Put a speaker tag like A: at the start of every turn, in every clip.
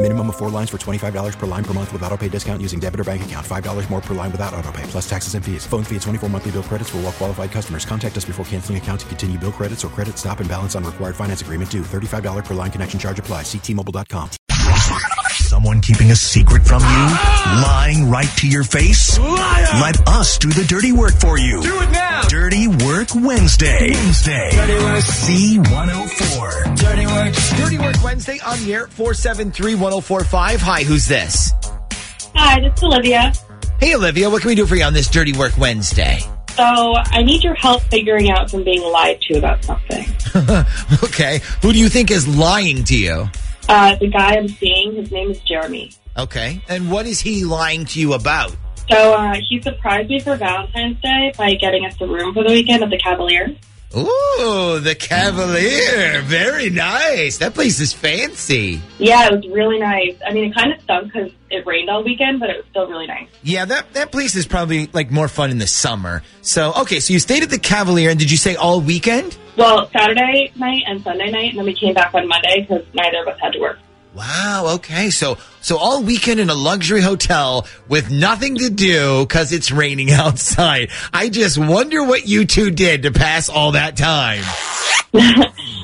A: Minimum of four lines for $25 per line per month with auto pay discount using debit or bank account. $5 more per line without auto pay, plus taxes and fees. Phone fee at 24 monthly bill credits for all well qualified customers. Contact us before canceling account to continue bill credits or credit stop and balance on required finance agreement due. $35 per line connection charge applies. Ctmobile.com.
B: Someone keeping a secret from you? Lying right to your face? Liar! Let us do the dirty work for you.
C: Do it now!
B: Dirty Work Wednesday. oh Wednesday.
C: Dirty Work.
B: C104.
C: Dirty Work.
D: Dirty Work Wednesday on the air 473 1045. Hi, who's this?
E: Hi, this is Olivia.
D: Hey, Olivia, what can we do for you on this Dirty Work Wednesday?
E: So I need your help figuring out if I'm being lied to about something.
D: okay. Who do you think is lying to you?
E: Uh, the guy I'm seeing, his name is Jeremy.
D: Okay. And what is he lying to you about?
E: So uh, he surprised me for Valentine's Day by getting us a room for the weekend at the Cavalier.
D: Ooh, the Cavalier. Very nice. That place is fancy.
E: Yeah, it was really nice. I mean, it kind of stunk because it rained all weekend, but it was still really nice.
D: Yeah, that, that place is probably like more fun in the summer. So, okay, so you stayed at the Cavalier, and did you say all weekend?
E: Well, Saturday night and Sunday night, and then we came back on Monday because neither of us had to work.
D: Wow. Okay. So, so all weekend in a luxury hotel with nothing to do because it's raining outside. I just wonder what you two did to pass all that time.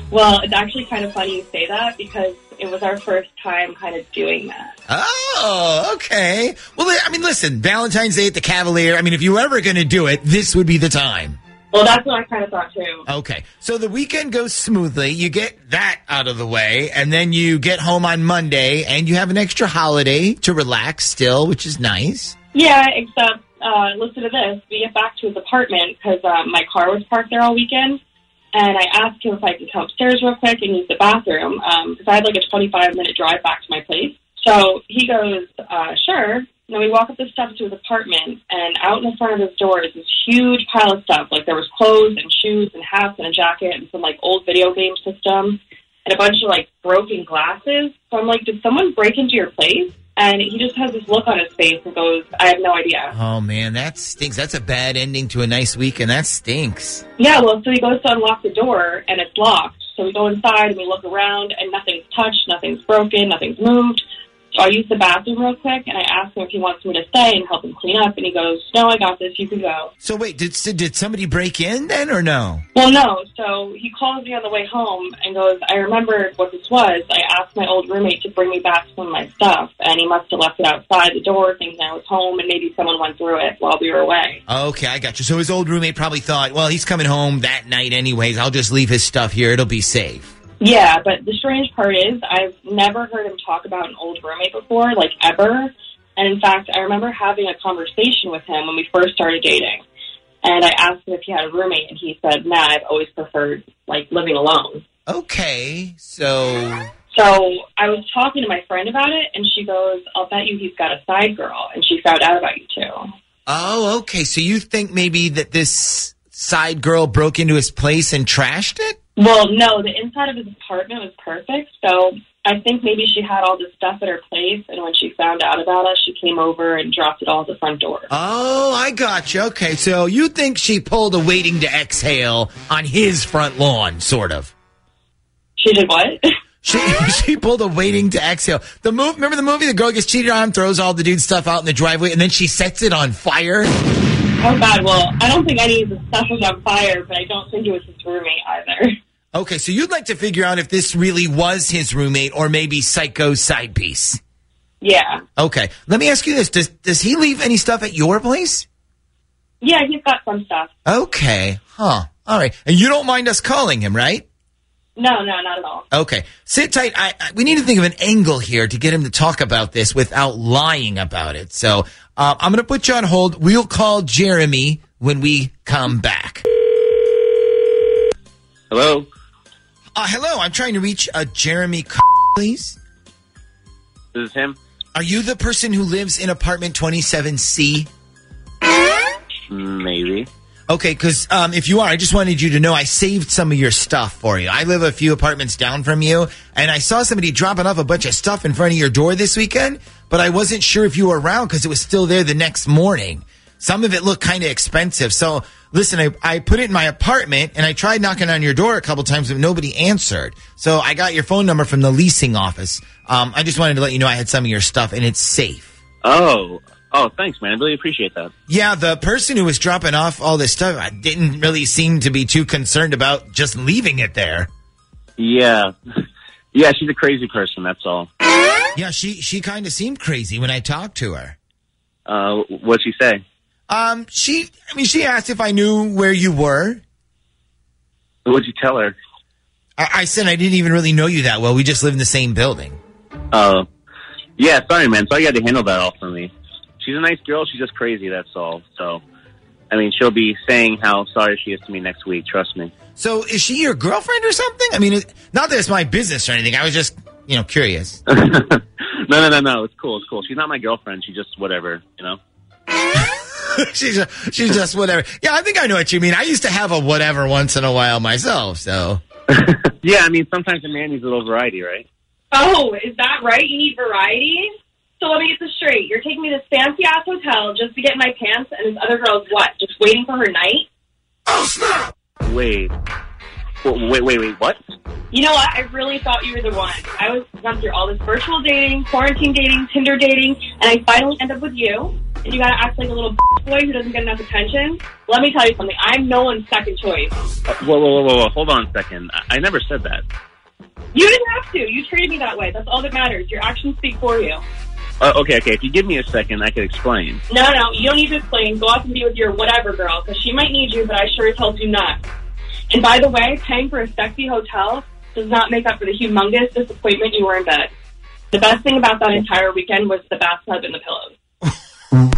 E: well, it's actually kind of funny you say that because it was our first time kind of doing that.
D: Oh, okay. Well, I mean, listen, Valentine's Day at the Cavalier. I mean, if you were ever going to do it, this would be the time.
E: Well, that's what I kind of thought too.
D: Okay. So the weekend goes smoothly. You get that out of the way, and then you get home on Monday, and you have an extra holiday to relax still, which is nice.
E: Yeah, except, uh, listen to this. We get back to his apartment because uh, my car was parked there all weekend. And I asked him if I could come upstairs real quick and use the bathroom because um, I had like a 25 minute drive back to my place. So he goes, uh, sure. And then we walk up the steps to his apartment, and out in the front of his door is this huge pile of stuff. Like there was clothes and shoes and hats and a jacket and some like old video game system and a bunch of like broken glasses. So I'm like, did someone break into your place? And he just has this look on his face and goes, I have no idea.
D: Oh man, that stinks. That's a bad ending to a nice week, and that stinks.
E: Yeah, well, so he goes to unlock the door, and it's locked. So we go inside and we look around, and nothing's touched, nothing's broken, nothing's moved. So I use the bathroom real quick, and I ask him if he wants me to stay and help him clean up, and he goes, "No, I got this. You can go."
D: So wait, did did somebody break in then, or no?
E: Well, no. So he calls me on the way home and goes, "I remembered what this was. I asked my old roommate to bring me back some of my stuff, and he must have left it outside the door, thinking I was home, and maybe someone went through it while we were away."
D: Okay, I got you. So his old roommate probably thought, "Well, he's coming home that night anyways. I'll just leave his stuff here. It'll be safe."
E: Yeah, but the strange part is I've never heard him talk about an old roommate before, like ever. And in fact, I remember having a conversation with him when we first started dating. And I asked him if he had a roommate, and he said, "Nah, I've always preferred like living alone."
D: Okay, so
E: so I was talking to my friend about it, and she goes, "I'll bet you he's got a side girl," and she found out about you too.
D: Oh, okay. So you think maybe that this side girl broke into his place and trashed it?
E: Well, no, the inside of his apartment was perfect. So I think maybe she had all this stuff at her place, and when she found out about us, she came over and dropped it all at the front door.
D: Oh, I got you. Okay, so you think she pulled a waiting to exhale on his front lawn, sort of?
E: She did what? Oh,
D: She she pulled a waiting to exhale. The move. Remember the movie? The girl gets cheated on, throws all the dude's stuff out in the driveway, and then she sets it on fire.
E: Oh God! Well, I don't think any of the stuff was on fire, but I don't think it was his roommate either.
D: Okay, so you'd like to figure out if this really was his roommate or maybe Psycho's side piece.
E: Yeah.
D: Okay, let me ask you this: Does does he leave any stuff at your place?
E: Yeah, he's got some stuff.
D: Okay, huh? All right, and you don't mind us calling him, right?
E: No, no, not at all.
D: Okay, sit tight. I, I, we need to think of an angle here to get him to talk about this without lying about it. So uh, I'm going to put you on hold. We'll call Jeremy when we come back.
C: Hello?
D: Uh, hello, I'm trying to reach uh, Jeremy, C- please.
C: This is him?
D: Are you the person who lives in apartment 27C?
C: Maybe.
D: Okay, because um, if you are, I just wanted you to know I saved some of your stuff for you. I live a few apartments down from you, and I saw somebody dropping off a bunch of stuff in front of your door this weekend, but I wasn't sure if you were around because it was still there the next morning. Some of it looked kind of expensive. So, listen, I, I put it in my apartment, and I tried knocking on your door a couple times, but nobody answered. So, I got your phone number from the leasing office. Um, I just wanted to let you know I had some of your stuff, and it's safe.
C: Oh. Oh, thanks, man. I really appreciate that.
D: Yeah, the person who was dropping off all this stuff, I didn't really seem to be too concerned about just leaving it there.
C: Yeah. Yeah, she's a crazy person, that's all.
D: Yeah, she she kind of seemed crazy when I talked to her.
C: Uh, what'd she say?
D: Um, she I mean, she asked if I knew where you were.
C: What'd you tell her?
D: I, I said I didn't even really know you that well. We just live in the same building.
C: Oh. yeah, sorry, man. So you had to handle that all for me. She's a nice girl. She's just crazy, that's all. So, I mean, she'll be saying how sorry she is to me next week. Trust me.
D: So is she your girlfriend or something? I mean, it, not that it's my business or anything. I was just you know curious.
C: no, no, no, no. It's cool. It's cool. She's not my girlfriend. She's just whatever, you know?
D: she's a, she's just whatever. Yeah, I think I know what you mean. I used to have a whatever once in a while myself. So
C: yeah, I mean, sometimes a man needs a little variety, right?
E: Oh, is that right? You need variety? So let me get this straight. You're taking me to this fancy ass hotel just to get my pants, and this other girl's what? Just waiting for her night?
C: Wait. W- Wait, wait, wait. What?
E: You know what? I really thought you were the one. I was gone through all this virtual dating, quarantine dating, Tinder dating, and I finally end up with you. And you gotta act like a little boy who doesn't get enough attention. Let me tell you something. I'm no one's second choice.
C: Uh, Whoa, whoa, whoa, whoa, whoa. Hold on a second. I, I never said that.
E: You didn't have to. You treated me that way. That's all that matters. Your actions speak for you.
C: Uh, okay, okay. If you give me a second, I can explain.
E: No, no, you don't need to explain. Go out and be with your whatever girl, because she might need you, but I sure as hell do not. And by the way, paying for a sexy hotel does not make up for the humongous disappointment you were in bed. The best thing about that entire weekend was the bathtub and the pillows.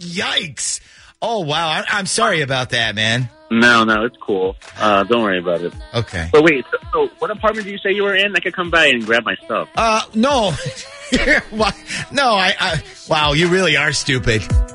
D: Yikes! Oh wow, I, I'm sorry about that, man.
C: No, no, it's cool. Uh, don't worry about it.
D: Okay.
C: But wait, so, so what apartment do you say you were in? I could come by and grab my stuff.
D: Uh, no, Why- no, I, I. Wow, you really are stupid.